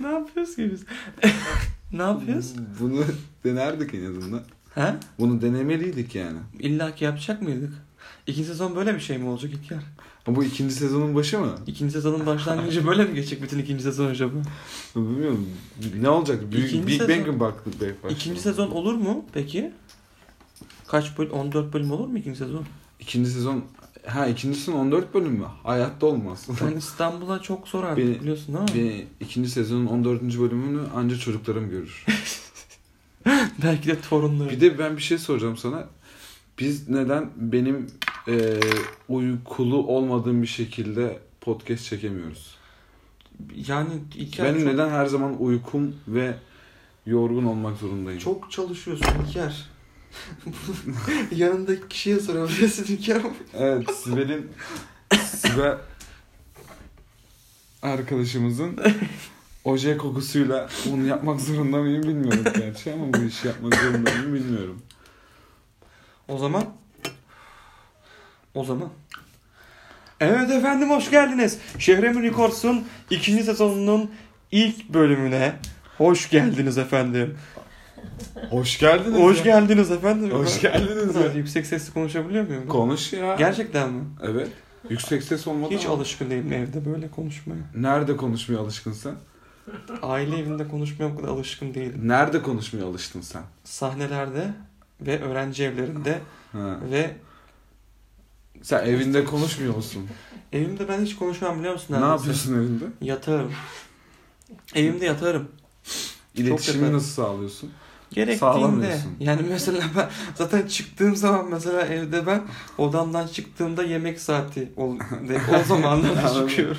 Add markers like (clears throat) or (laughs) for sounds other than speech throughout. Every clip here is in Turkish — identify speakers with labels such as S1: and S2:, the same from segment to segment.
S1: ne yapıyoruz ki biz? ne yapıyoruz?
S2: Bunu denerdik en azından.
S1: He?
S2: Bunu denemeliydik yani.
S1: İlla ki yapacak mıydık? İkinci sezon böyle bir şey mi olacak İlker?
S2: Ama bu ikinci sezonun başı mı?
S1: İkinci sezonun başlangıcı böyle mi geçecek bütün ikinci sezon acaba?
S2: Bilmiyorum. Ne olacak? Büyük,
S1: İkinci
S2: Big
S1: sezon-
S2: Bang'e mi baktık bey başta?
S1: İkinci sezon olur mu peki? Kaç bölüm? 14 bölüm olur mu ikinci sezon?
S2: İkinci sezon... Ha ikinci sezon 14 bölüm mü? Hayatta olmaz.
S1: (laughs) Ben İstanbul'a çok zor artık
S2: Beni-
S1: biliyorsun ama.
S2: Bir ikinci sezonun 14. bölümünü anca çocuklarım görür.
S1: Belki de torunları.
S2: Bir de ben bir şey soracağım sana. Biz neden benim eee, uykulu olmadığım bir şekilde podcast çekemiyoruz?
S1: Yani İlker
S2: Benim
S1: çok,
S2: neden her zaman uykum ve yorgun olmak zorundayım?
S1: çok çalışıyorsun İlker. (laughs) Yanındaki kişiye sorabilirsin İlker.
S2: Evet, Sibel'in Sibel arkadaşımızın oje kokusuyla bunu yapmak zorunda mıyım bilmiyorum gerçi ama bu işi yapmak zorunda mıyım bilmiyorum.
S1: O zaman o zaman Evet efendim hoş geldiniz. Şehremin Records'un ikinci sezonunun ilk bölümüne hoş geldiniz efendim.
S2: Hoş geldiniz.
S1: Hoş geldiniz efendim.
S2: Hoş geldiniz
S1: Ben
S2: ya.
S1: Yüksek sesle konuşabiliyor muyum?
S2: Konuş ya.
S1: Gerçekten mi?
S2: Evet. Yüksek ses olmadan.
S1: Hiç alışkın değilim evde böyle konuşmaya.
S2: Nerede konuşmaya alışkın sen?
S1: Aile evinde konuşmaya o kadar alışkın değilim.
S2: Nerede konuşmaya alıştın sen?
S1: Sahnelerde ve öğrenci evlerinde
S2: Ha.
S1: ve
S2: Sen evinde konuşmuyor musun?
S1: evimde ben hiç konuşmam biliyor musun?
S2: Ne
S1: neredeyse?
S2: yapıyorsun evinde?
S1: Yatarım. Evimde yatarım.
S2: İletişimi
S1: yaparım.
S2: nasıl sağlıyorsun?
S1: Gerektiğinde.
S2: Sağlamıyorsun.
S1: Yani mesela ben zaten çıktığım zaman mesela evde ben odamdan çıktığımda yemek saati ol, de,
S2: (laughs)
S1: o zamanlarda
S2: Anladım.
S1: çıkıyorum.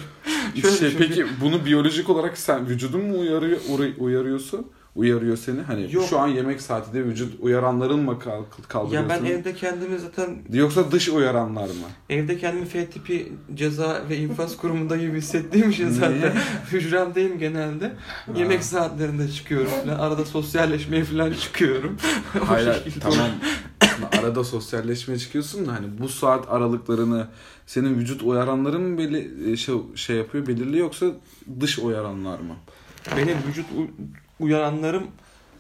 S1: Şöyle
S2: Şey,
S1: düşün,
S2: peki bunu biyolojik olarak sen vücudun mu uyarıyor uğra- uyarıyorsun? Uyarıyor seni hani
S1: Yok.
S2: şu an yemek saati de vücut uyaranların mı kalk-
S1: Ya
S2: kaldırıyorsun?
S1: ben evde kendimi zaten
S2: Yoksa dış uyaranlar mı?
S1: evde kendimi F tipi ceza ve infaz kurumunda gibi hissettiğim için zaten (laughs)
S2: Niye?
S1: hücremdeyim genelde. Yemek saatlerinde çıkıyorum falan. Arada sosyalleşmeye falan çıkıyorum. O
S2: Hayır
S1: şekilde.
S2: tamam. Şimdi arada sosyalleşmeye çıkıyorsun da hani bu saat aralıklarını senin vücut uyaranların mı belli, şey, şey yapıyor belirli yoksa dış uyaranlar mı?
S1: Benim vücut u- uyaranlarım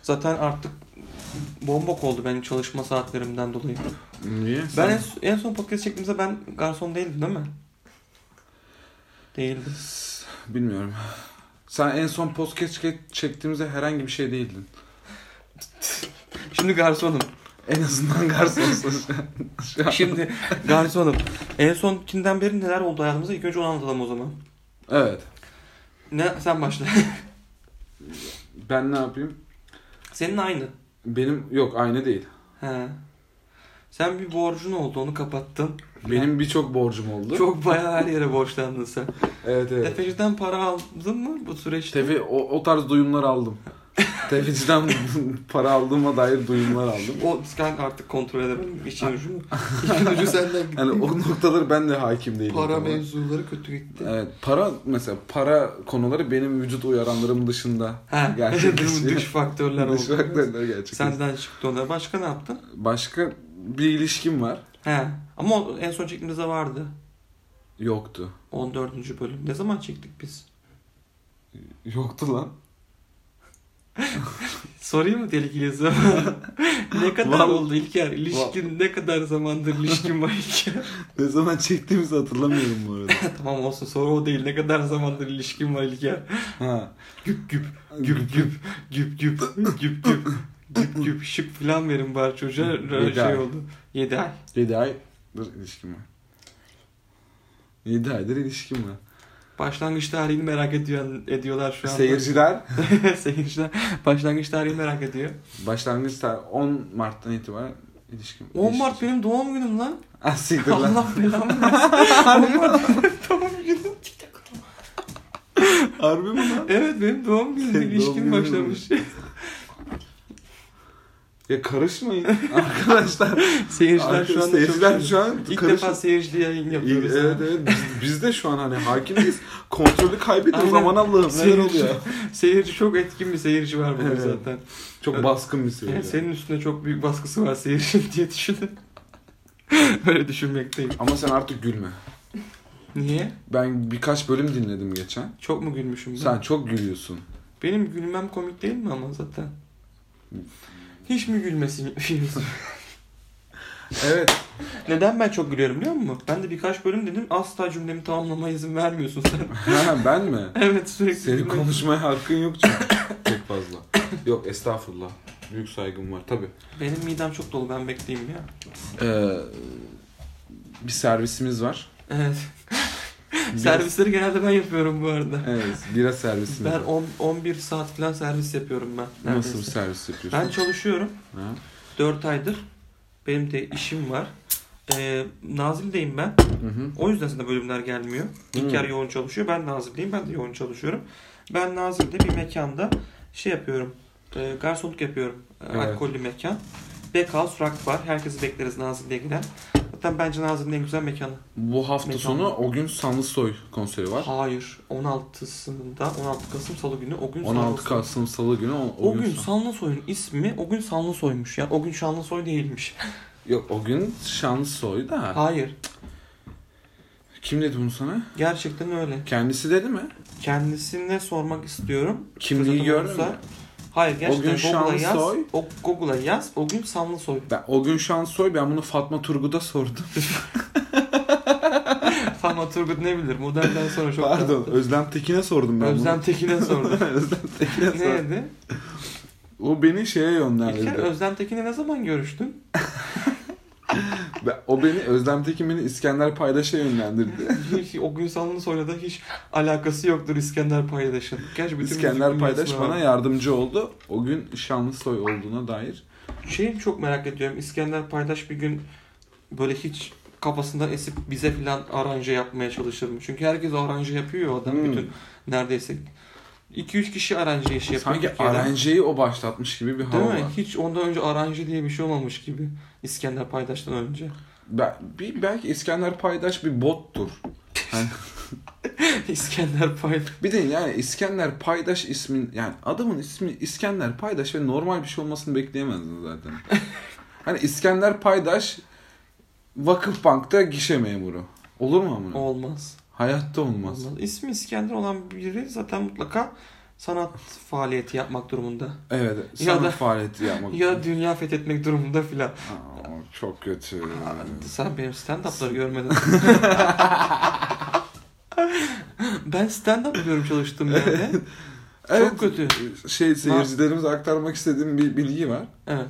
S1: zaten artık bombok oldu benim çalışma saatlerimden dolayı.
S2: Niye?
S1: Ben
S2: Sen-
S1: en, en son podcast çektiğimizde ben garson değildim değil mi? Değildim.
S2: Bilmiyorum. Sen en son podcast çek- çektiğimizde herhangi bir şey değildin.
S1: Şimdi garsonum.
S2: En azından garsonsun. Şu an- (laughs)
S1: Şimdi garsonum. En sonkinden beri neler oldu hayatımızda? İlk önce onu anlatalım o zaman.
S2: Evet.
S1: Ne sen başla. (laughs)
S2: Ben ne yapayım?
S1: Senin aynı.
S2: Benim yok aynı değil.
S1: He. Sen bir borcun oldu onu kapattın.
S2: Benim birçok borcum oldu.
S1: Çok bayağı her yere borçlandın sen.
S2: Evet evet.
S1: Tefeciden para aldın mı bu süreçte?
S2: Tefe o, o tarz duyumlar aldım.
S1: (laughs)
S2: Tefeciden para aldığıma dair duyumlar aldım.
S1: O sen artık kontrol şey edemedim. İçin (laughs) ucu. İçin ucu senden gitti.
S2: Yani o noktaları ben de hakim değilim.
S1: para
S2: Tamam.
S1: mevzuları kötü gitti.
S2: Evet, para mesela para konuları benim vücut uyaranlarım dışında. (laughs)
S1: Ha, (laughs)
S2: Gerçekleşiyor.
S1: dış faktörler oldu.
S2: Dış faktörler gerçekten.
S1: Senden çıktı onlar. Başka ne yaptın?
S2: Başka bir ilişkim var.
S1: He. Ama o en son çekimimizde vardı.
S2: Yoktu.
S1: 14. bölüm. Ne zaman çektik biz?
S2: Yoktu lan.
S1: Sorayım mı delikli
S2: (laughs)
S1: zaman? ne kadar
S2: Vallahi-
S1: oldu İlker? İlişkin ne kadar zamandır ilişkin var İlker? (laughs)
S2: Ne zaman çektiğimizi hatırlamıyorum bu arada.
S1: tamam olsun soru o değil. Ne kadar zamandır ilişkin var İlker?
S2: Ha.
S1: Güp güp. Güp güp. Güp güp. Güp güp. Güp
S2: (laughs)
S1: güp. Şık falan verin bari çocuğa.
S2: Yedi
S1: şey
S2: ay.
S1: oldu. 7 ay.
S2: 7 aydır ilişkim var. 7 aydır ilişkim var.
S1: Başlangıç tarihini merak ediyor, ediyorlar şu anda.
S2: Seyirciler
S1: (laughs) Seyirciler başlangıç tarihini merak ediyor.
S2: başlangıç tarihi 10 Mart'tan itibaren ilişkim.
S1: 10
S2: (laughs)
S1: Mart benim doğum günüm lan.
S2: Ah siktir lan.
S1: Allah belamı
S2: (laughs)
S1: versin. 10 Mart benim doğum günüm.
S2: Harbi mi lan?
S1: Evet benim doğum günüm.
S2: Senin doğum
S1: İlişkin
S2: günün mü?
S1: başlamış. (laughs)
S2: Ya karışmayın arkadaşlar.
S1: (laughs) Seyirciler şu an
S2: Seyirciler şu an
S1: İlk
S2: karış-
S1: defa seyircili yayın
S2: İyi,
S1: yapıyoruz.
S2: Evet evet biz, biz de şu an hani hakimiz. Kontrolü kaybettik
S1: Aynen.
S2: zaman Allah'ım neler
S1: Seyirci-
S2: oluyor.
S1: Seyirci çok etkin bir seyirci var burada
S2: Evet.
S1: zaten.
S2: Çok
S1: Evet.
S2: baskın bir seyirci.
S1: Yani (laughs) senin üstünde çok büyük baskısı var seyircinin diye (laughs) düşünün. Böyle düşünmekteyim.
S2: Ama sen artık gülme.
S1: Niye?
S2: Ben birkaç bölüm dinledim geçen.
S1: Çok mu gülmüşüm ben?
S2: Sen çok gülüyorsun.
S1: Benim gülmem komik değil mi ama zaten? Hiç mi gülmesin? (laughs)
S2: Evet.
S1: Neden ben çok gülüyorum biliyor musun? Ben de birkaç bölüm dedim asla cümlemi tamamlamaya izin vermiyorsun sen. (laughs)
S2: (laughs) Ha, ben mi?
S1: evet sürekli
S2: Senin
S1: gülmek-
S2: konuşmaya hakkın yok çünkü. (coughs) çok fazla. Yok estağfurullah. Büyük saygım var tabi.
S1: Benim midem çok dolu ben bekleyeyim ya. Ee,
S2: bir servisimiz var.
S1: Evet. (laughs)
S2: Bira-
S1: Servisleri genelde ben yapıyorum bu arada.
S2: Evet bira servisimiz
S1: Ben
S2: var.
S1: 10, 11 saat falan servis yapıyorum ben. neredeyse.
S2: Nasıl bir servis yapıyorsun?
S1: Ben çalışıyorum.
S2: Ha?
S1: 4 aydır. Benim de işim var. Ee, Nazil'deyim ben.
S2: Hı hı.
S1: O yüzden sana bölümler gelmiyor. İlker
S2: Hmm.
S1: yoğun çalışıyor. Ben Nazil'deyim. Ben de yoğun çalışıyorum. Ben Nazil'de bir mekanda şey yapıyorum. E, garsonluk yapıyorum. E,
S2: Evet.
S1: Alkollü mekan. Backhouse Rock Bar. Herkesi bekleriz Nazilli'ye giden. Zaten bence Nazilli'nin en güzel mekanı.
S2: Hmm. Bu hafta
S1: Mekan.
S2: sonu o gün Sanlı Soy konseri var.
S1: Hayır. 16'sında 16 Kasım Salı günü o gün
S2: 16
S1: Salı-
S2: Kasım Salı günü o,
S1: O,
S2: o
S1: gün
S2: San-
S1: Sanlısoy'un ismi o gün Sanlısoy'muş. Yani o gün Şanlısoy değilmiş.
S2: Yok o gün Şanlı Soy da.
S1: Hayır.
S2: Kim dedi bunu sana?
S1: Gerçekten öyle.
S2: Kendisi dedi mi?
S1: Kendisine sormak istiyorum.
S2: Kimliği
S1: Fırsatım
S2: gördün
S1: olursa-
S2: mü?
S1: Hayır gerçekten
S2: gün
S1: Google'a yaz.
S2: Şanlısoy.
S1: O, Google'a yaz. O gün (laughs) Sanlısoy.
S2: Ben, o gün Şansoy ben bunu Fatma Turgut'a sordum.
S1: Fatma Turgut ne bilir? Modelden sonra çok
S2: (laughs) Pardon
S1: tatlı.
S2: Özlem Tekin'e sordum ben
S1: Özlem
S2: (laughs)
S1: Tekin'e
S2: bunu.
S1: sordu.
S2: Özlem Tekin'e
S1: ne
S2: sordum.
S1: dedi?
S2: O beni şeye
S1: İlker
S2: yönlendirdi.
S1: Özlem Tekin'le ne zaman görüştün?
S2: Ben- o beni Özlem Tekin beni İskender Paydaş'a yönlendirdi.
S1: Hiç, o gün Sanlısoy'la da hiç alakası yoktur İskender Paydaş'ın. Gerçi bütün
S2: İskender
S1: müzik
S2: Paydaş
S1: dünyasına
S2: bana
S1: var.
S2: yardımcı oldu. O gün Şanlısoy olduğuna
S1: E
S2: dair.
S1: Şeyi çok merak ediyorum. İskender Paydaş bir gün böyle hiç kafasından esip bize filan aranje yapmaya çalışır mı? Çünkü herkes aranje yapıyor ya adam
S2: Hmm.
S1: bütün neredeyse. 2-3 kişi aranje işi yapıyor.
S2: Sanki
S1: Türkiye'de.
S2: aranjeyi o başlatmış gibi bir hava
S1: Değil mi?
S2: var.
S1: Hiç ondan önce aranje diye bir şey olmamış gibi. İskender Paydaş'tan önce. (laughs)
S2: Be- bir, belki İskender Paydaş bir bottur.
S1: İskender Paydaş.
S2: Bir de yani İskender Paydaş ismin yani adamın ismi İskender Paydaş ve normal bir şey olmasını
S1: (laughs)
S2: bekleyemezdin zaten. hani İskender Paydaş Vakıfbank'ta gişe memuru. Olur mu amına?
S1: Olmaz.
S2: Hayatta Hmm. olmaz.
S1: Olmaz. İsmi İskender olan biri zaten mutlaka sanat faaliyeti yapmak durumunda.
S2: Evet.
S1: Ya
S2: Sanat
S1: da-
S2: faaliyeti
S1: (laughs)
S2: yapmak.
S1: Ya dünya fethetmek durumunda filan.
S2: Aa, çok kötü.
S1: Sen benim stand-up'ları (laughs) görmedin. ben stand-up diyorum çalıştığım yerde.
S2: Evet.
S1: Çok kötü.
S2: Şey seyircilerimize aktarmak istediğim bir bilgi var.
S1: Evet.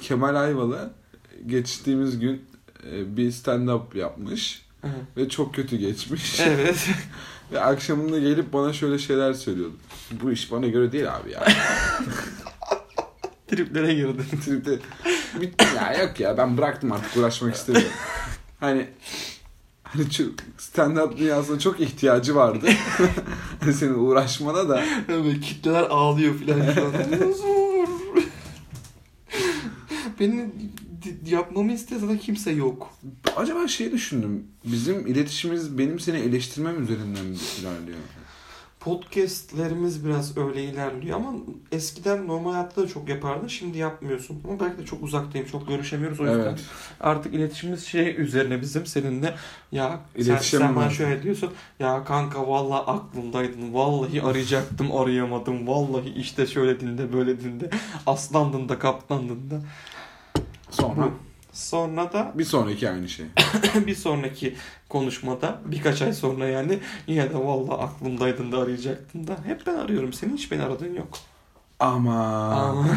S2: Kemal Ayvalı geçtiğimiz gün e, bir stand-up yapmış
S1: Evet.
S2: ve çok kötü geçmiş.
S1: Evet.
S2: (laughs)
S1: (laughs)
S2: Ve akşamında gelip bana şöyle şeyler söylüyordu. Bu iş bana göre değil
S1: (laughs)
S2: abi ya.
S1: Triplere girdin.
S2: Tripte bitti ya yok ya ben bıraktım artık uğraşmak istemiyorum. Hani hani şu stand-up dünyasına çok
S1: (laughs)
S2: ihtiyacı vardı. Hani senin uğraşmana da
S1: Böyle kitleler ağlıyor filan (laughs) şu an. Zor. Beni di- yapmamı isteyen zaten kimse yok.
S2: acaba şey düşündüm. Bizim iletişimimiz benim seni eleştirmem üzerinden mi ilerliyor.
S1: Podcastlerimiz biraz öyle ilerliyor ama eskiden normal hayatta da çok yapardın. Şimdi yapmıyorsun. Ama belki de çok uzaktayım. Çok görüşemiyoruz. O yüzden
S2: Evet.
S1: artık iletişimimiz şey üzerine bizim seninle. Ya sen,
S2: İletişim
S1: sen
S2: mi?
S1: bana şöyle diyorsun. Ya kanka valla aklımdaydın. Vallahi arayacaktım arayamadım. Vallahi işte şöyle dinde böyle dinde. Aslandın da kaptandın da.
S2: Sonra
S1: Sonra da (clears throat)
S2: bir sonraki aynı şey.
S1: bir sonraki konuşmada birkaç ay sonra yani yine de valla aklımdaydın da arayacaktın da. Hep ben arıyorum seni hiç beni aradığın yok.
S2: Ama
S1: Ama-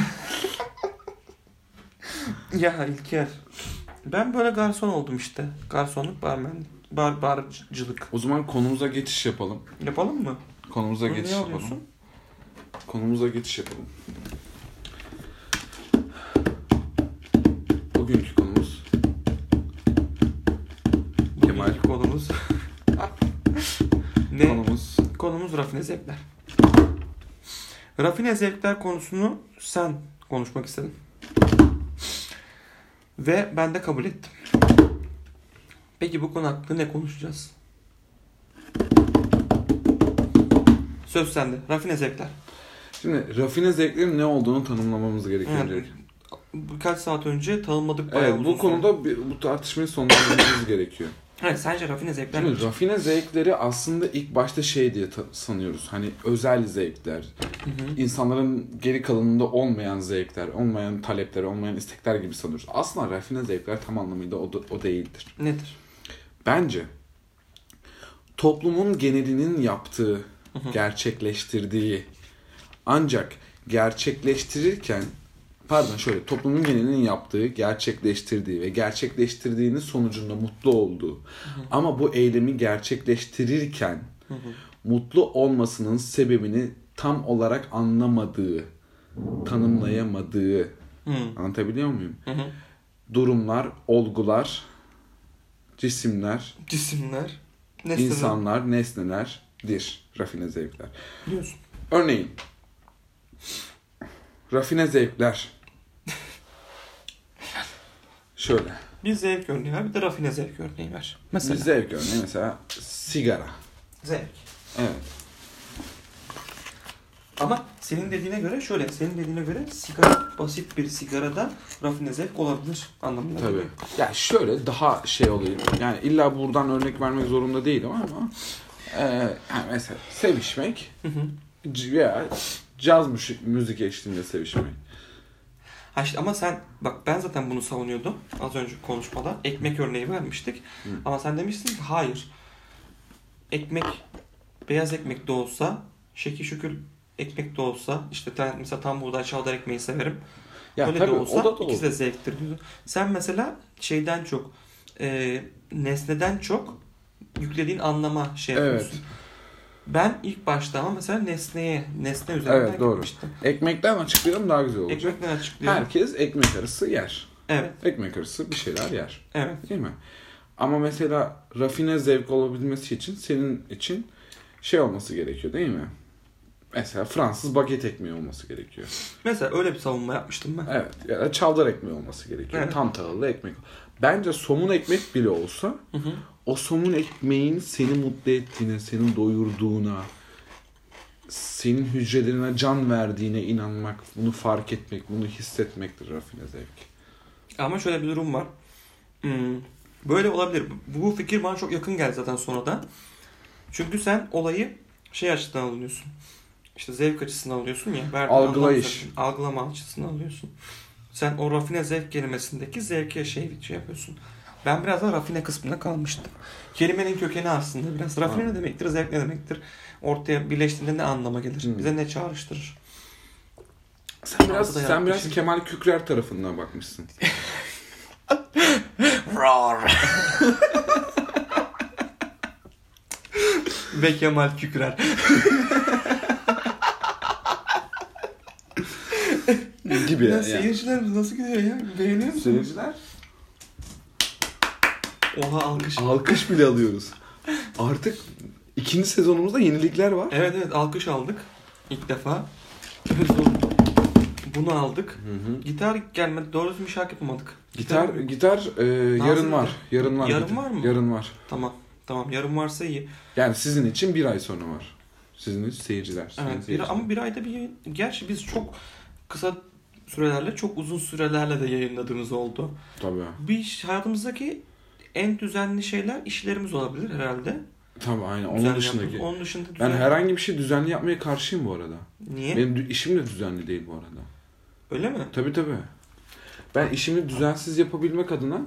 S1: (laughs) ya İlker ben böyle garson oldum işte. Garsonluk barmen bar barcılık.
S2: o zaman konumuza geçiş yapalım.
S1: Yapalım mı?
S2: Konumuza
S1: Bunu
S2: geçiş
S1: ne
S2: yapalım.
S1: alıyorsun?
S2: Konumuza geçiş yapalım. Bugünkü konumuz Kemal.
S1: Bugünkü
S2: (laughs)
S1: konumuz. ne?
S2: konumuz
S1: Konumuz rafine zevkler. Rafine zevkler konusunu sen konuşmak istedin. Ve ben de kabul ettim. Peki bu konu hakkında ne konuşacağız? Söz sende. Rafine zevkler.
S2: Şimdi rafine zevklerin ne olduğunu tanımlamamız gerekiyor.
S1: Evet.
S2: öncelikle.
S1: Birkaç saat önce tanımadık bayağı
S2: Evet,
S1: uzun
S2: Ee, bu
S1: süre.
S2: konuda bir- bu tartışmayı sonlandırmamız gerekiyor.
S1: Evet sence rafine zevkler
S2: Şimdi rafine zevkleri aslında ilk başta şey diye ta- sanıyoruz. Hani özel zevkler,
S1: Hı hı.
S2: insanların geri kalanında olmayan zevkler, olmayan talepler, olmayan istekler gibi sanıyoruz. Aslında rafine zevkler tam anlamıyla o, da- o değildir.
S1: nedir?
S2: Bence toplumun genelinin yaptığı,
S1: hı.
S2: gerçekleştirdiği ancak gerçekleştirirken pardon şöyle toplumun genelinin yaptığı, gerçekleştirdiği ve gerçekleştirdiğinin sonucunda mutlu olduğu ama bu eylemi gerçekleştirirken mutlu olmasının sebebini tam olarak anlamadığı, tanımlayamadığı
S1: Hı.
S2: anlatabiliyor muyum?
S1: Hı hı.
S2: Durumlar, olgular, cisimler
S1: Cisimler. Nesneler.
S2: İnsanlar, nesnelerdir rafine zevkler.
S1: Diyorsun.
S2: Örneğin rafine zevkler şöyle
S1: Bir zevk örneği ver bir de rafine zevk örneği ver. Mesela.
S2: bir zevk örneği mesela sigara.
S1: Zevk.
S2: Evet.
S1: Ama senin dediğine göre şöyle, senin dediğine göre sigara basit bir sigarada rafine zevk olabilir anlamında.
S2: Tabii.
S1: geliyor.
S2: Ya şöyle daha şey oluyor. Yani illa buradan örnek vermek zorunda değilim ama e, yani mesela sevişmek
S1: Hı hı.
S2: c- veya caz müzik, müzik eşliğinde sevişmek.
S1: Ha işte ama sen bak ben zaten bunu savunuyordum az önce konuşmada. Ekmek örneği vermiştik.
S2: Hı.
S1: Ama sen demiştin ki hayır. Ekmek beyaz ekmek de olsa, şekil şükür ekmek de olsa, işte ben mesela tam buğday çavdar ekmeği severim.
S2: Ya
S1: Öyle
S2: tabii
S1: de olsa
S2: o da doğru.
S1: ikisi de zevktir diyorsun. Sen mesela şeyden çok e, nesneden çok yüklediğin anlama şey
S2: Evet.
S1: yapıyorsun. Ben ilk başta ama mesela nesneye, nesne üzerinden
S2: Evet, doğru.
S1: gitmiştim.
S2: Ekmekten açıklayalım daha güzel olacak.
S1: Ekmekten açıklıyorum.
S2: Herkes ekmek arası yer.
S1: Evet,
S2: Ekmek arası bir şeyler yer.
S1: evet.
S2: Değil mi? Ama mesela rafine zevk olabilmesi için senin için şey olması gerekiyor değil mi? Mesela Fransız baget ekmeği olması gerekiyor.
S1: Mesela öyle bir savunma yapmıştım ben.
S2: Evet. Ya da çavdar ekmeği olması gerekiyor.
S1: Evet.
S2: Tam tahıllı ekmek. Bence somun ekmek bile olsa
S1: Hı hı.
S2: o somun ekmeğin seni mutlu ettiğine, seni doyurduğuna, senin hücrelerine can verdiğine inanmak, bunu fark etmek, bunu hissetmektir rafine zevk.
S1: Ama şöyle bir durum var. Hmm, böyle olabilir. Bu, bu fikir bana çok yakın geldi zaten sonradan. Çünkü sen olayı şey açısından alıyorsun. İşte zevk açısından alıyorsun ya. verdiğin
S2: Algılayış.
S1: anlam zaten Algılama açısından alıyorsun. Sen o rafine zevk kelimesindeki zevki şey, şey yapıyorsun. Ben biraz daha rafine kısmında kalmıştım. Kelimenin kökeni aslında biraz. Rafine
S2: Ha.
S1: ne demektir, zevk ne demektir? Ortaya birleştiğinde ne anlama gelir?
S2: Hmm.
S1: Bize ne çağrıştırır?
S2: Sen biraz,
S1: Algıda
S2: sen biraz
S1: yaklaşım.
S2: Kemal Kükrer tarafından bakmışsın.
S1: (laughs) Roar. Ve Kemal kükrer.
S2: gibi
S1: Ya,
S2: yani.
S1: seyircilerimiz nasıl gidiyor ya? Beğeniyor musunuz?
S2: Seyirciler
S1: Oha alkış.
S2: alkış bile alıyoruz. Artık ikinci sezonumuzda yenilikler var.
S1: Evet evet alkış aldık. İlk defa. Bunu aldık. Gitar gelmedi. Doğru düzgün bir şarkı yapamadık.
S2: Gitar gitar e, yarın var. Yarın var.
S1: Yarın
S2: gitar.
S1: var mı?
S2: Yarın var.
S1: Tamam. Tamam yarın varsa iyi.
S2: Yani sizin için bir ay sonra var. Sizin için seyirciler. sizin
S1: Evet, bir,
S2: seyirciler.
S1: ama bir ayda bir yayın- Gerçi biz çok kısa sürelerle çok uzun sürelerle de yayınladığımız oldu.
S2: Tabii.
S1: Bir iş- hayatımızdaki en düzenli şeyler işlerimiz olabilir herhalde.
S2: Tabii aynen. Onun
S1: Düzenli
S2: dışındaki.
S1: yaptığımız- Onun dışında
S2: Ben
S1: düzenli.
S2: herhangi bir şey düzenli yapmaya karşıyım bu arada.
S1: Niye?
S2: Benim dü- işim de düzenli değil bu arada.
S1: Öyle mi?
S2: Tabii tabii. Ben işimi düzensiz yapabilmek adına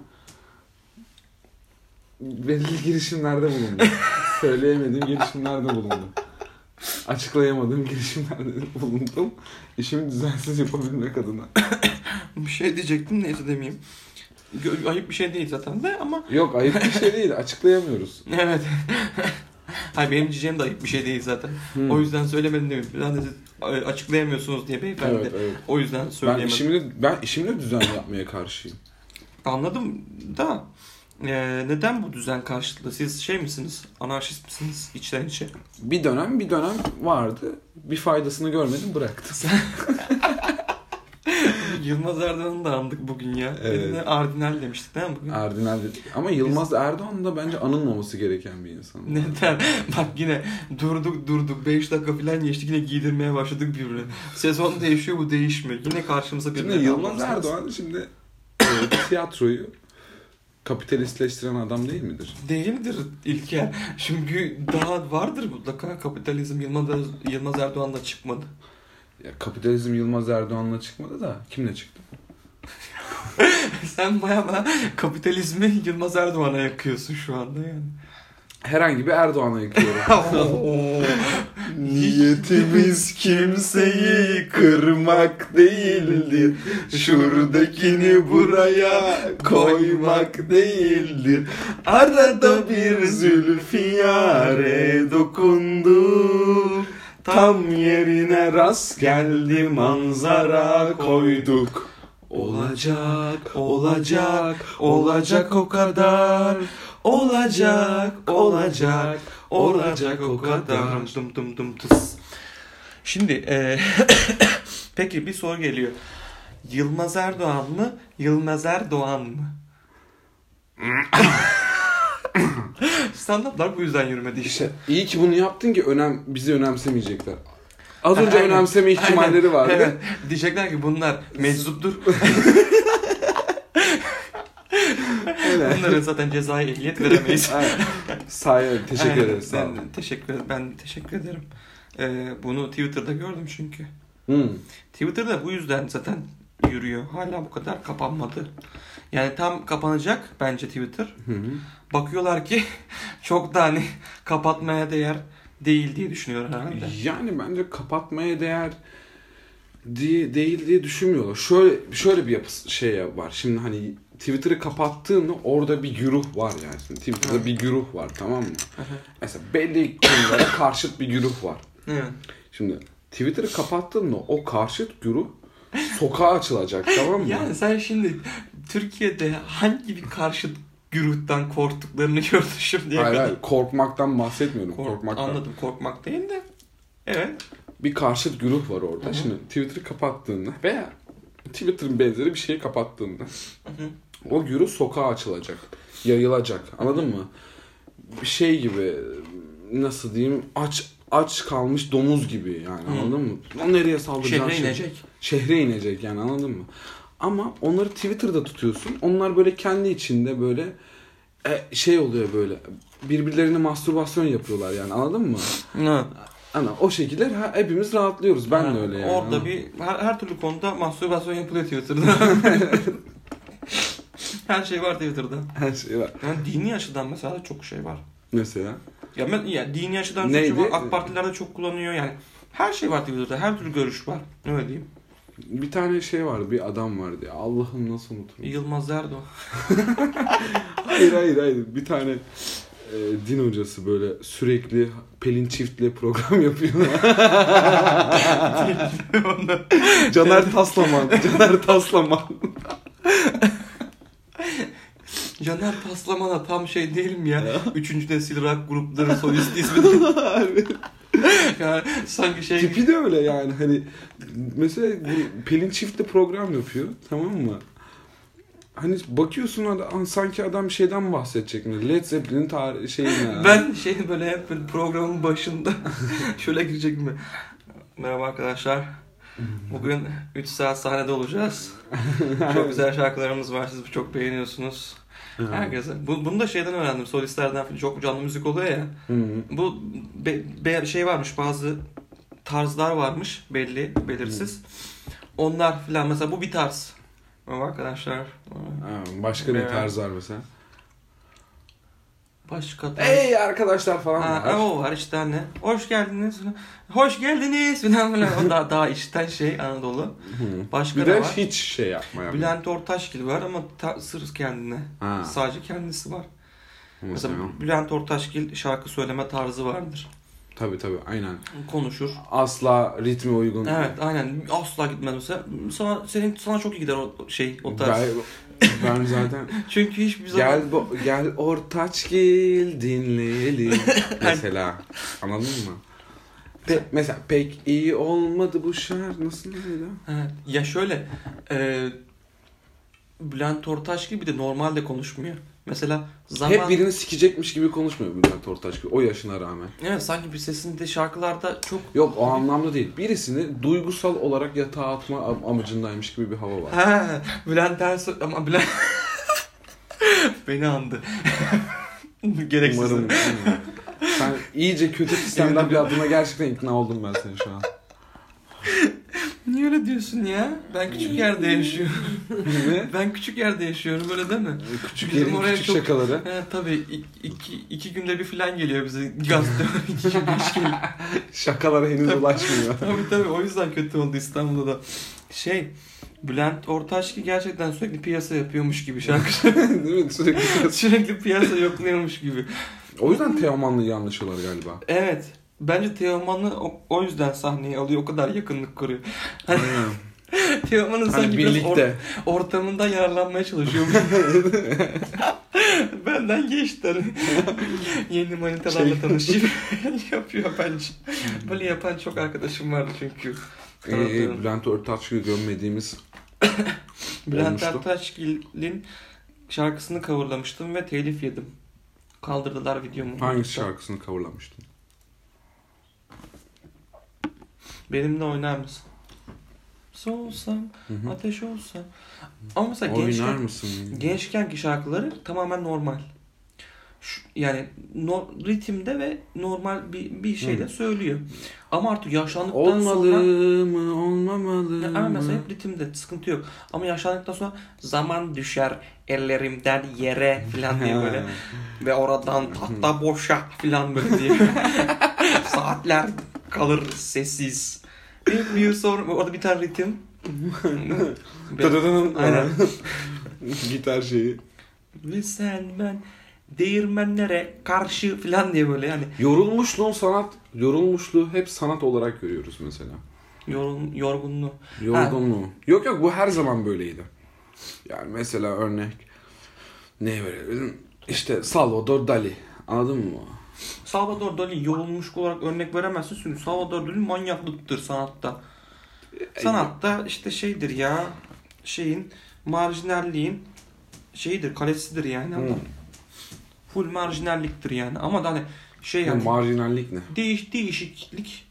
S2: belli girişimlerde bulundum. Söyleyemediğim girişimlerde bulundum. Açıklayamadığım girişimlerde bulundum. İşimi düzensiz yapabilmek adına.
S1: Bir şey diyecektim neyse demeyeyim. Gö- Ayıp bir şey değil zaten de ama
S2: Yok ayıp bir şey değil. Açıklayamıyoruz.
S1: evet. (laughs) Hayır benim diyeceğim de ayıp bir şey değil zaten.
S2: Hmm.
S1: O yüzden söylemedim demin. Ben de siz a- açıklayamıyorsunuz diye beyefendi.
S2: Evet, evet.
S1: O yüzden
S2: Ben
S1: söyleyemedim.
S2: işimi ben işimi de düzenli yapmaya karşıyım.
S1: Anladım da e, neden bu düzen karşıtlığı? Siz şey misiniz? Anarşist misiniz? İçten içe. (laughs)
S2: Bir dönem bir dönem vardı. Bir faydasını görmedim bıraktım.
S1: Yılmaz Erdoğan'ı da andık bugün ya.
S2: Evet.
S1: Birine Ardinal demiştik değil mi bugün?
S2: Erdinal ama Yılmaz Erdoğan da bence anılmaması gereken bir insan.
S1: (laughs) Neden? Bak yine durduk durduk 5 dakika falan geçti yine giydirmeye başladık birbirine. Sezon değişiyor bu değişmiyor. Yine karşımıza
S2: Şimdi
S1: birbirine
S2: Yılmaz Erdoğan şimdi e, tiyatroyu kapitalistleştiren adam değil midir?
S1: Değildir İlker. Çünkü daha vardır mutlaka kapitalizm Yılmaz, Er-, Yılmaz Erdoğan'la çıkmadı. (laughs)
S2: Ya kapitalizm Yılmaz Erdoğan'la çıkmadı da kimle çıktı?
S1: Sen baya baya kapitalizmi Yılmaz Erdoğan'a yakıyorsun şu anda yani.
S2: Herhangi bir Erdoğan'a yıkıyorum. (laughs)
S1: Niyetimiz
S2: kimseyi kırmak değildir.
S1: Şuradakini buraya koymak
S2: değildir.
S1: Arada bir zülfiyare
S2: dokundu.
S1: Tam
S2: yerine rast geldi manzara koyduk.
S1: Olacak, olacak, olacak o kadar. Olacak, olacak, olacak o kadar. Dım dım dım tıs. Şimdi eee, (laughs) peki bir soru geliyor. Yılmaz Erdoğan mı? Yılmaz Erdoğan
S2: (laughs)
S1: mı? Standartlar bu yüzden yürümedi işte.
S2: İşte iyi ki bunu yaptın ki önem bizi önemsemeyecekler. Az önce
S1: Aynen.
S2: önemseme ihtimalleri
S1: Aynen.
S2: vardı.
S1: Evet. Diyecekler ki bunlar meczuptur.
S2: Öyle.
S1: Bunlara zaten cezai ehliyet veremeyiz.
S2: Aynen. Sahi teşekkür
S1: Aynen.
S2: ederim. Sağ olun.
S1: Ben teşekkür ederim. Ben teşekkür ederim. Ee, bunu Twitter'da gördüm çünkü.
S2: Hmm.
S1: Twitter'da bu yüzden zaten yürüyor. Hala bu kadar kapanmadı. Yani tam kapanacak bence Twitter.
S2: Hı hı.
S1: Bakıyorlar ki (laughs) çok da hani kapatmaya değer değil diye düşünüyor herhalde.
S2: Yani bence kapatmaya değer diye değil diye düşünmüyorlar. Şöyle şöyle bir yapısı şey var. Şimdi hani Twitter'ı kapattığında orada bir güruh var yani. Şimdi Twitter'da bir güruh var tamam mı? Mesela belli konulara karşıt bir güruh var.
S1: Evet.
S2: Şimdi Twitter'ı kapattığında o karşıt güruh sokağa açılacak tamam
S1: (laughs)
S2: mı?
S1: Yani sen şimdi Türkiye'de hangi bir karşıt güruhtan korktuklarını (laughs) gördün şimdiye
S2: hayır,
S1: kadar?
S2: hayır, korkmaktan bahsetmiyorum.
S1: Kork-
S2: korkmaktan.
S1: Anladım korkmak değil de. Evet.
S2: bir karşıt güruh var orada. Şimdi Twitter'ı kapattığında veya Twitter'ın benzeri bir şeyi kapattığında o güruh sokağa açılacak, yayılacak. Anladın mı? Bir şey gibi nasıl diyeyim aç aç kalmış domuz gibi yani
S1: Hı.
S2: anladın mı? O nereye saldıracak?
S1: Şehre inecek.
S2: Şehre inecek yani anladın mı? Ama onları Twitter'da tutuyorsun. Onlar böyle kendi içinde böyle e, şey oluyor böyle birbirlerine mastürbasyon yapıyorlar yani anladın mı? Ana o şekilde ha- hepimiz rahatlıyoruz. Ben de öyle yani.
S1: Orada bir her, her türlü konuda mastürbasyon yapılıyor
S2: (laughs)
S1: Twitter'da. her şey var Twitter'da.
S2: her şey var.
S1: Yani dini açıdan mesela çok şey var.
S2: Mesela.
S1: Ya, ben, ya dini açıdan
S2: Neydi?
S1: çok şey var. AK Partililer de çok kullanıyor yani. Her şey var Twitter'da. Her türlü görüş var. Öyle diyeyim.
S2: Bir tane şey vardı, bir adam vardı ya. Allah'ım nasıl unuturum.
S1: Yılmaz Erdoğan. (laughs)
S2: hayır hayır hayır. Bir tane e, din hocası böyle sürekli Pelin Çift'le
S1: (laughs)
S2: program yapıyor.
S1: Ondan-
S2: Caner Taslaman. Caner Taslaman.
S1: Caner Paslaman'a tam şey değil mi ya? Üçüncü nesil rock grupları solist ismi
S2: (laughs)
S1: değil. yani sanki şey...
S2: Tipi de öyle yani. Hani mesela bu Pelin Çift'le program yapıyor. Tamam mı? Hani bakıyorsun adam, sanki adam şeyden bahsedecek mi? Led Zeppelin'in tarihi şeyine.
S1: (laughs) Ben şey böyle hep böyle programın başında (laughs) şöyle girecek mi? Merhaba arkadaşlar. Bugün 3 saat sahnede olacağız. Çok güzel şarkılarımız var. Siz çok beğeniyorsunuz. Herkese. Bu, bunu da şeyden öğrendim. Solistlerden falan. çok canlı müzik oluyor ya.
S2: Hı.
S1: Bu be- be- şey varmış bazı tarzlar varmış belli belirsiz. Onlar filan mesela bu bir tarz. Merhaba arkadaşlar.
S2: Ha, başka ne
S1: Veya-
S2: tarz var mesela?
S1: Başka tarz.
S2: Ey arkadaşlar falan
S1: Ha,
S2: var.
S1: o var işte anne. Hoş geldiniz. Hoş geldiniz falan filan. O daha daha içten şey Anadolu.
S2: Hı.
S1: Başka
S2: Bir
S1: ne
S2: de
S1: var?
S2: hiç şey yapma yani.
S1: Bülent Ortaçgil var ama ta, sırf kendine.
S2: Ha.
S1: Sadece kendisi var. Mesela
S2: Mesela.
S1: Bülent Ortaçgil şarkı söyleme tarzı vardır.
S2: Tabii tabii aynen.
S1: Konuşur.
S2: Asla ritme uygun.
S1: Evet aynen asla gitmez mesela. Sana, senin, sana çok iyi gider o şey o tarz.
S2: Ben, ben zaten
S1: Çünkü hiçbir zaman...
S2: gel bo- gel
S1: (laughs)
S2: ortaçgil dinleyelim mesela anladın mı? Pe- mesela pek iyi olmadı bu şarkı. Nasıl dedi?
S1: Ha, ya şöyle e, Bülent Ortaç gibi de normalde konuşmuyor. Mesela zaman
S2: Hep birini sikecekmiş gibi konuşmuyor Bülent Ortaç gibi o yaşına rağmen.
S1: evet, sanki bir sesinde şarkılarda çok
S2: Yok o anlamda değil. Birisini duygusal olarak yatağa atma am- amacındaymış gibi bir hava var.
S1: ha, Bülent Ersoy ama Bülent (laughs) beni andı. (laughs) Gereksiz.
S2: Umarım. bilmiyorum. Sen iyice kötü sistemden bir adına gerçekten ikna oldum ben seni şu an.
S1: Niye öyle diyorsun ya? Ben küçük yerde yaşıyorum.
S2: Ne?
S1: Ben küçük yerde yaşıyorum öyle değil mi?
S2: Küçük
S1: Bizim
S2: yerin
S1: oraya
S2: küçük
S1: çok-
S2: şakaları.
S1: He, tabii iki, iki, iki günde bir filan geliyor bize gazete. iki günde üç gün.
S2: Şakalara
S1: (laughs)
S2: henüz ulaşmıyor. (laughs)
S1: tabii tabii o yüzden kötü oldu İstanbul'da da. Şey Bülent Ortaç ki gerçekten sürekli piyasa yapıyormuş gibi şarkı (laughs)
S2: Değil mi? Sürekli.
S1: sürekli piyasa yokluyormuş gibi.
S2: O yüzden Teoman'la iyi anlaşıyorlar galiba.
S1: Evet. Bence Teoman'ı o, o yüzden sahneye alıyor. O kadar yakınlık kuruyor. Hani
S2: Aynen.
S1: (laughs) Teoman'ın
S2: Hani
S1: sanki biraz or-
S2: birlikte.
S1: ortamından yararlanmaya çalışıyor.
S2: (laughs)
S1: Benden geçti. hani. (laughs) Yeni manitalarla
S2: Şey- Hmm.
S1: tanışayım.
S2: (laughs)
S1: yapıyor bence. Böyle yapan çok arkadaşım vardı çünkü.
S2: Ee, Bülent Ortaç'ı görmediğimiz
S1: Bülent
S2: olmuştu.
S1: Ertaşgil'in şarkısını coverlamıştım ve telif yedim. Kaldırdılar videomu.
S2: hangi şarkısını coverlamıştın?
S1: Benimle oynar mısın? Soğusam,
S2: Hı hı.
S1: ateş olsam. Ama mesela
S2: Oynar
S1: gençken,
S2: mısın?
S1: gençkenki şarkıları tamamen normal. Şu- yani no- ritimde ve normal bir, bir şeyle
S2: Hı.
S1: söylüyor. Ama artık yaşlandıktan
S2: Olmalı
S1: sonra...
S2: mı olmamalı
S1: Ama mesela hep ritimde sıkıntı yok. Ama yaşlandıktan sonra zaman düşer ellerimden yere falan diye böyle. Ve oradan tahta boşa falan böyle diye. Saatler kalır sessiz. Bir, bir yıl sonra orada bir tane ritim. Ve-
S2: Tadadın.
S1: Aynen.
S2: (laughs) Gitar şeyi.
S1: Ve sen ben değirmenlere karşı falan diye böyle yani
S2: Yorulmuşluğun sanat, yorulmuşluğu hep sanat olarak görüyoruz mesela.
S1: yorgun, yorgunluğu.
S2: Yorgunluğu. Yok yok bu her zaman böyleydi. Yani mesela örnek ne verelim? İşte Salvador Dali. Anladın mı?
S1: Salvador Dali yorulmuş olarak örnek veremezsin çünkü Salvador Dali manyaklıktır sanatta. Sanatta işte şeydir ya şeyin marjinalliğin şeyidir kalesidir yani.
S2: Hmm.
S1: ama Full marjinalliktir yani ama da hani şey
S2: Ya
S1: yani
S2: marjinallik ne?
S1: Değiş, değişiklik.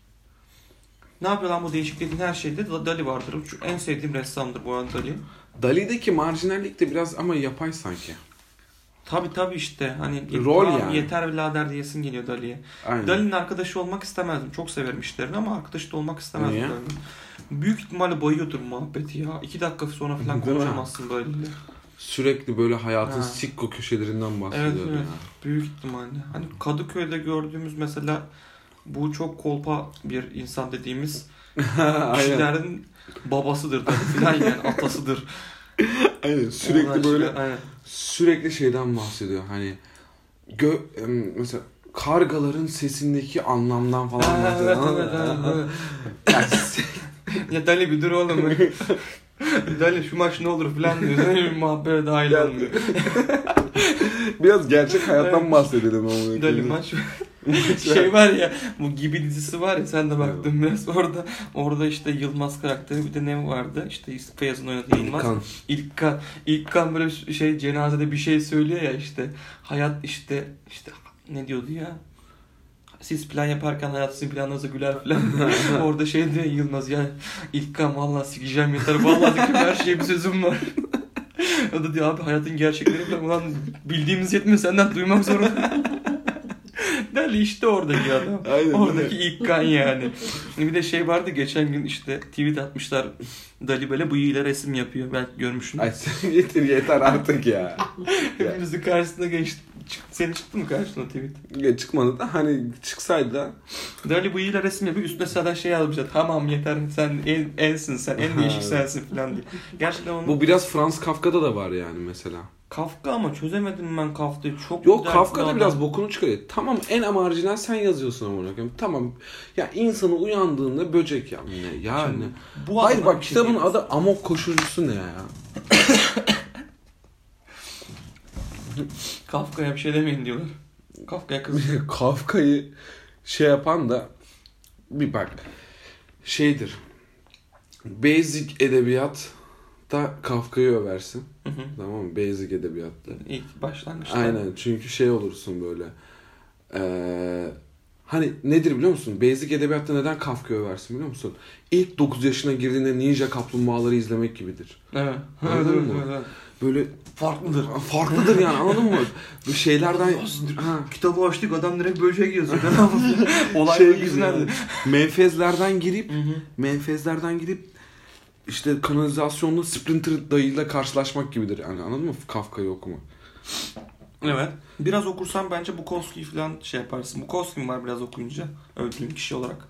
S1: Ne yapıyor lan bu değişikliğin her şeyde? Da- Dali vardır. Şu en sevdiğim ressamdır bu arada Dali.
S2: Dali'deki marjinallik de biraz ama yapay sanki.
S1: Tabi tabi işte hani
S2: Rol
S1: "Ulan
S2: yani."
S1: yeter birader diyesin geliyor Dali'ye.
S2: Aynen.
S1: Dali'nin arkadaşı olmak istemezdim. Çok severim işlerini ama arkadaşı da olmak istemezdim.
S2: Niye?
S1: Dali'nin. Büyük ihtimalle bayıyordur muhabbeti ya. İki dakika sonra falan
S2: Değil mi?
S1: konuşamazsın böyle.
S2: Sürekli böyle hayatın
S1: Ha.
S2: sikko köşelerinden bahsediyor.
S1: Evet, evet.
S2: ya.
S1: Büyük ihtimalle. Hani Kadıköy'de gördüğümüz mesela bu çok kolpa bir insan dediğimiz
S2: (laughs) aynen.
S1: kişilerin babasıdır
S2: (laughs)
S1: Dali falan yani atasıdır.
S2: aynen. Sürekli
S1: Onlar
S2: böyle
S1: işte, aynen.
S2: sürekli şeyden bahsediyor. Hani gö em, mesela kargaların sesindeki anlamdan falan
S1: Ha, evet,
S2: bahsediyor.
S1: evet,
S2: (laughs)
S1: evet,
S2: Yani se-
S1: evet. ya Dali bir dur
S2: (laughs)
S1: oğlum. Dali şu maç ne olur falan diyor. Dali muhabbete dahil
S2: Ya-
S1: olmuyor.
S2: Biraz gerçek hayattan bahsedelim ama.
S1: Dali maç (laughs) şey var ya bu gibi dizisi var ya sen de baktın biraz orada orada işte Yılmaz karakteri bir de ne vardı işte Feyyaz'ın oynadığı Yılmaz
S2: Kan.
S1: İlkan İlkan böyle şey cenazede bir şey söylüyor ya işte hayat işte işte ne diyordu ya siz plan yaparken hayat sizin planlarınıza güler falan. Orada şey diyor Yılmaz ya İlkan vallahi sikeceğim yeter vallahi sikeceğim her şeye bir sözüm var. (laughs) o da diyor abi hayatın gerçekleri falan ulan bildiğimiz yetmiyor senden duymam zorunda. (laughs) Deli işte oradaki adam.
S2: Aynen,
S1: Oradaki İlkan yani. Bir de şey vardı geçen gün işte tweet atmışlar (laughs) Dali böyle bıyığıyla resim yapıyor. Ben görmüşüm.
S2: Ay sen (laughs) yeter yeter artık ya.
S1: Hepimizin karşısına geçti. Çık- Senin çıktı mı karşına tweet?
S2: ya. Çıkmadı da hani çıksaydı da.
S1: Dali bıyığıyla resim yapıyor. Üstüne sadece şey yazmışlar. Tamam yeter sen en, ensin sen. En değişik sensin falan diye. Gerçekten onun...
S2: Bu biraz Frans Kafka'da da var yani mesela.
S1: Kafka ama çözemedim ben Kafka'yı. Çok
S2: Yok
S1: güzel
S2: Kafka'da
S1: bir
S2: biraz
S1: adam.
S2: bokunu çıkarıyor. Tamam en marjinal sen yazıyorsun amına koyayım. Tamam. Ya insanı uyandığında böcek ya. Ne yani.
S1: Bu
S2: Hayır
S1: adamın
S2: bak
S1: bir şey
S2: kitabın
S1: değil.
S2: adı Amok Koşucusu ne ya? (laughs)
S1: Kafka'ya bir şey demeyin diyorlar. Kafka'ya kız.
S2: Kafka'yı şey yapan da bir bak şeydir. Basic edebiyat da Kafka'yı översin.
S1: Hı hı.
S2: Tamam mı? Basic edebiyatta.
S1: İlk başlangıçta.
S2: Aynen çünkü şey olursun böyle. Ee, hani nedir biliyor musun? Basic edebiyatta neden Kafka'yı översin biliyor musun? İlk 9 yaşına girdiğinde Ninja Kaplumbağaları izlemek gibidir.
S1: Evet.
S2: Anladın
S1: Evet,
S2: mı?
S1: evet, evet.
S2: Böyle
S1: Farklıdır.
S2: farklıdır yani
S1: (laughs)
S2: anladın mı? Bu şeylerden... Ha.
S1: Kitabı açtık adam direkt şey böceğe (laughs) giriyorsun. Tamam mı? Olay
S2: şey
S1: şey
S2: gibi yani. Menfezlerden girip menfezlerden girip işte kanalizasyonla Splinter dayıyla karşılaşmak gibidir. Yani anladın mı? Kafka'yı okumak.
S1: Evet. Biraz okursan bence Bukowski'yi falan şey yaparsın. Bukowski mi var biraz okuyunca? Öldüğün kişi olarak.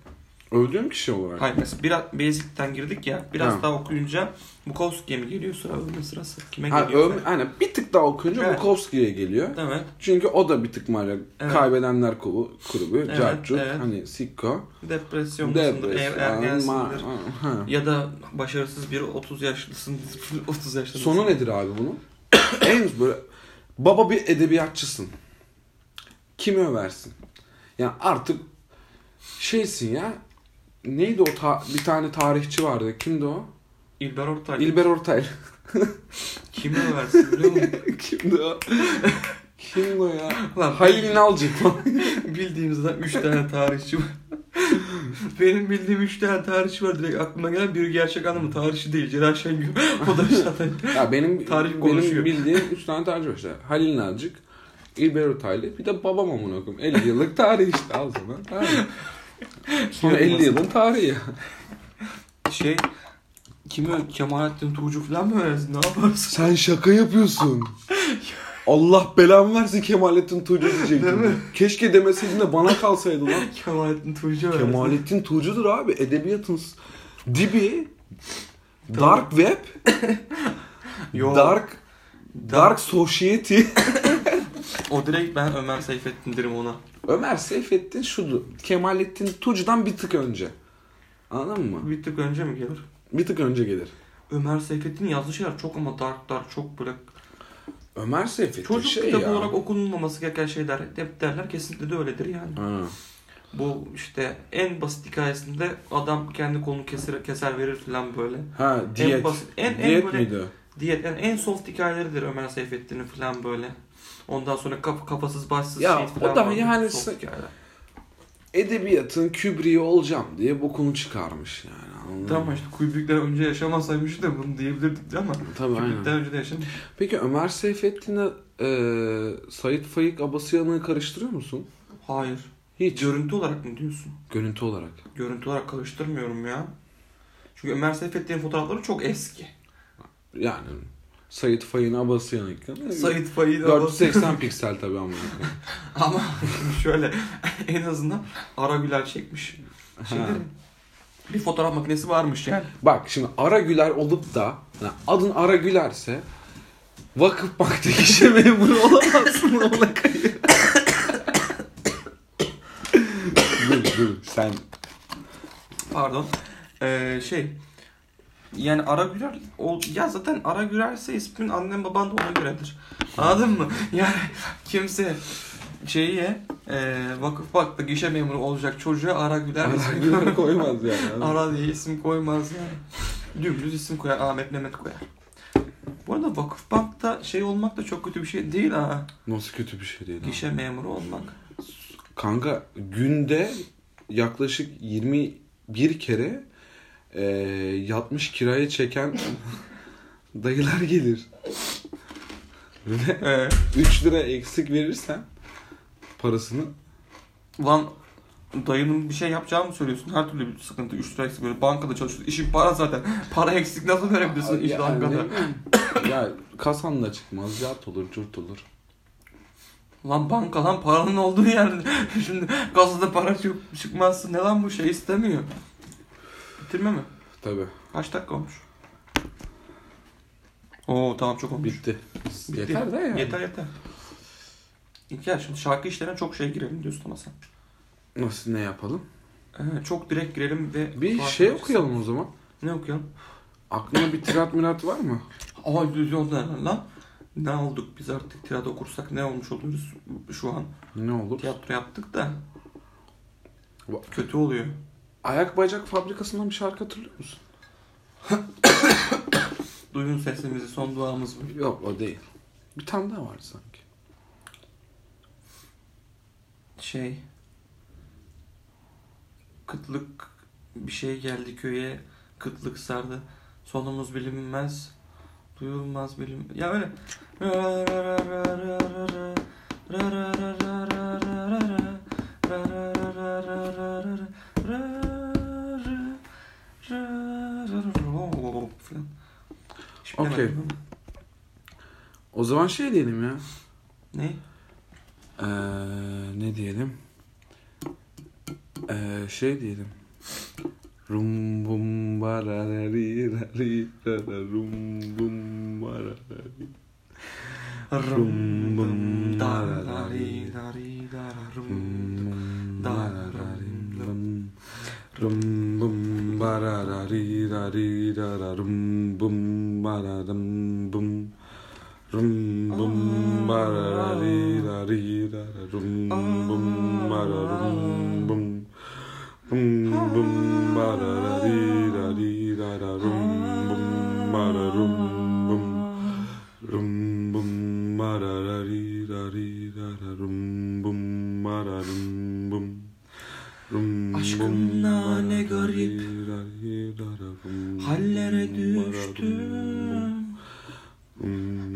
S2: Öldüğüm kişi olarak.
S1: Hayır mesela biraz Basic'ten girdik ya. Biraz
S2: Ha.
S1: daha okuyunca Bukowski'ye mi geliyor sıra ölme sırası? Kime
S2: Ha,
S1: geliyor?
S2: övme- aynen. bir tık daha okuyunca
S1: Evet.
S2: Bukowski'ye geliyor.
S1: Evet.
S2: Çünkü o da bir tık manyak.
S1: Evet.
S2: Kaybedenler kulu, kulübü,
S1: Evet,
S2: Carcut,
S1: evet.
S2: hani Sikko,
S1: Depresyon musundur? Ev
S2: Debres.
S1: ergensindir.
S2: ma- ha.
S1: Ya da başarısız bir 30 yaşlısın. (laughs) 30 yaşlısın.
S2: Sonu nedir abi bunun? (coughs) en böyle baba bir edebiyatçısın. Kimi översin? Yani artık şeysin ya. Neydi o ta- bir tane tarihçi vardı. Kimdi o?
S1: İlber Ortaylı.
S2: İlber Ortaylı. (laughs)
S1: Kimi översin biliyor musun?
S2: Kimdi
S1: (laughs)
S2: o? Kimdi o ya?
S1: Lan
S2: Halil İnalcı.
S1: (laughs) Bildiğimizden 3 tane tarihçi var. Benim bildiğim 3 tane tarihçi var. Direkt aklıma gelen biri gerçek anlamı tarihçi değil. Celal Şengül. (laughs) o da zaten.
S2: ya benim
S1: Tarih
S2: benim
S1: konuşuyor.
S2: bildiğim 3 tane tarihçi var işte. Halil İnalcık, İlber Ortaylı, bir de babam amına koyayım. 50 yıllık tarih işte al sana. Tarih. Sonra 50 yılın tarihi ya.
S1: Şey kimi ö- Kemalettin Tuğcu falan mı öğrensin? Ne yaparsın? (laughs)
S2: Sen şaka yapıyorsun. Allah belamı versin Kemalettin Tuğcu
S1: Değil mi?
S2: diyecektim. Keşke demeseydin de bana kalsaydı lan.
S1: Kemalettin Tuğcu öğrensin.
S2: Kemalettin Tuğcu'dur abi. Edebiyatın s- dibi.
S1: Tamam.
S2: Dark web.
S1: Yo.
S2: Dark. Dark society.
S1: O direkt ben Ömer Seyfettin derim ona.
S2: Ömer Seyfettin şudur. Kemalettin Tuğcu'dan bir tık önce. Anladın mı?
S1: Bir tık önce mi gelir?
S2: Bir tık önce gelir.
S1: Ömer Seyfettin'in yazdığı şeyler çok ama dark dark çok böyle
S2: Ömer Seyfettin
S1: çocuk
S2: şey
S1: kitabı
S2: ya.
S1: olarak okunulmaması gereken şeyler hep derler kesinlikle de öyledir yani.
S2: Ha.
S1: Bu işte en basit hikayesinde adam kendi kolunu keser, keser verir falan böyle.
S2: ha diyet.
S1: basit- en- en
S2: diyet
S1: böyle-
S2: miydi?
S1: Diğer yani en soft hikayeleridir Ömer Seyfettin'in falan böyle. Ondan sonra kaf, kafasız başsız
S2: Ya,
S1: şey
S2: o
S1: falan.
S2: da
S1: böyle
S2: yani
S1: soft
S2: s-
S1: hikayeler.
S2: edebiyatın kübriği olacağım diye bokunu çıkarmış yani. anladın
S1: Tamam
S2: mı?
S1: işte kuyruklar önce yaşamasaymış da bunu diyebilirdik ama.
S2: Tabii
S1: Kuyruklar
S2: aynen.
S1: önce de yaşamış.
S2: Peki Ömer Seyfettin'le e, Sait Faik Abasıyan'ı karıştırıyor musun?
S1: Hayır.
S2: Hiç.
S1: Görüntü olarak mı diyorsun?
S2: Görüntü olarak.
S1: Görüntü olarak karıştırmıyorum ya. Çünkü Ömer Seyfettin'in fotoğrafları çok eski.
S2: Yani Sait Faik'in Abasıyan'ı.
S1: Sait Faik'in babası.
S2: 480 piksel tabii ama.
S1: (laughs) Ama şöyle en azından Ara Güler çekmiş. Şimdi
S2: Ha.
S1: bir fotoğraf makinesi varmış yani.
S2: Bak şimdi Ara Güler olup da yani adın Ara Güler'se Vakıfbank'taki işe memuru olamazsın ona kayıyor. dur dur sen
S1: Pardon. Ee, şey yani Ara Güler ol- ya zaten Ara Gülerse ismin annen baban da ona göredir. Anladın mı? (laughs) Yani kimse şeye e, vakıf baktı gişe memuru olacak çocuğa Ara Güler
S2: Ara
S1: ismi
S2: Güler koymaz yani.
S1: Ara diye isim koymaz yani. Dümdüz isim koyar. Ahmet Mehmet koyar. Bu arada Vakıfbank'ta şey olmak da çok kötü bir şey değil ha.
S2: Nasıl kötü bir şey değil abi.
S1: Gişe memuru
S2: (laughs)
S1: olmak.
S2: Kanka günde yaklaşık 21 kere e, yatmış kiraya çeken (laughs) dayılar gelir. Ve
S1: Ee,
S2: 3 lira eksik verirsen parasını
S1: lan dayının bir şey yapacağını mı söylüyorsun? Her türlü bir sıkıntı. 3 lira eksik böyle bankada çalışıyorsun. İşin para zaten. (laughs) Para eksik nasıl verebilirsin iş
S2: Yani
S1: bankada?
S2: ne bileyim, (coughs) ya kasan da çıkmaz, yat olur, curt olur.
S1: Lan banka lan paranın olduğu yerde. (laughs) Şimdi kasada para çık- çıkmazsın. Ne lan bu şey istemiyor. Bitirme mi?
S2: Tabi
S1: Kaç dakika olmuş? Oo tamam çok olmuş.
S2: bitti.
S1: Bitti.
S2: Yeter de yani.
S1: Yeter yeter. İlker şimdi şarkı işlerine çok şey girelim diyorsun ama sen.
S2: Nasıl ne yapalım?
S1: Ee, çok direkt girelim ve...
S2: Bir
S1: farklı
S2: şey
S1: çıksın.
S2: okuyalım o zaman.
S1: Ne okuyalım? Aklına
S2: Aklına bir tirat mirat var mı?
S1: Aa illüzyonlar lan. Ne olduk biz artık tirada okursak ne olmuş oluyoruz şu an?
S2: Ne olur?
S1: Tiyatro yaptık da
S2: Va-
S1: kötü oluyor.
S2: Ayak bacak fabrikasından bir şarkı hatırlıyor musun?
S1: Duyun sesimizi son duamız bu.
S2: Yok o değil. Bir tane daha vardı sanki.
S1: Şey kıtlık bir şey geldi köye kıtlık sardı. Sonumuz bilinmez. Duyulmaz bilim. Ya öyle. Falan. Hiç bilemedim
S2: Okey.
S1: ben.
S2: O zaman şey diyelim ya.
S1: Ne?
S2: Ee, ne diyelim? Ee, şey diyelim. Rum bum bararari rari rara rum bum bararari. Rum bum dararari. Rum bum bararari rum. Rum bum bararari rari rara rum bum bararam bum. Rum bum bararari rari rara rum bum bararum bum. Rum bum bararari rari rara rum bum bararum bum. Rum bum bararari rari rara rum bum bararum bum. Rum
S1: Aşkınla ne garip Hallere
S2: düştü
S1: düştüm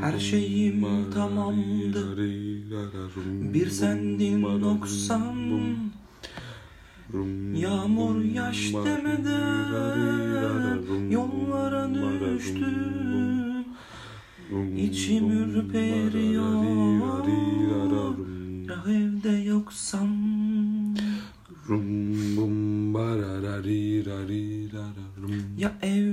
S1: Her şeyim tamamdı. Bir sendin noksam Yağmur yaş demeden Yollara düştüm İçim ürperiyor. Ya evde yoksam
S2: Rum bum bararari rari rara rum
S1: Ya ev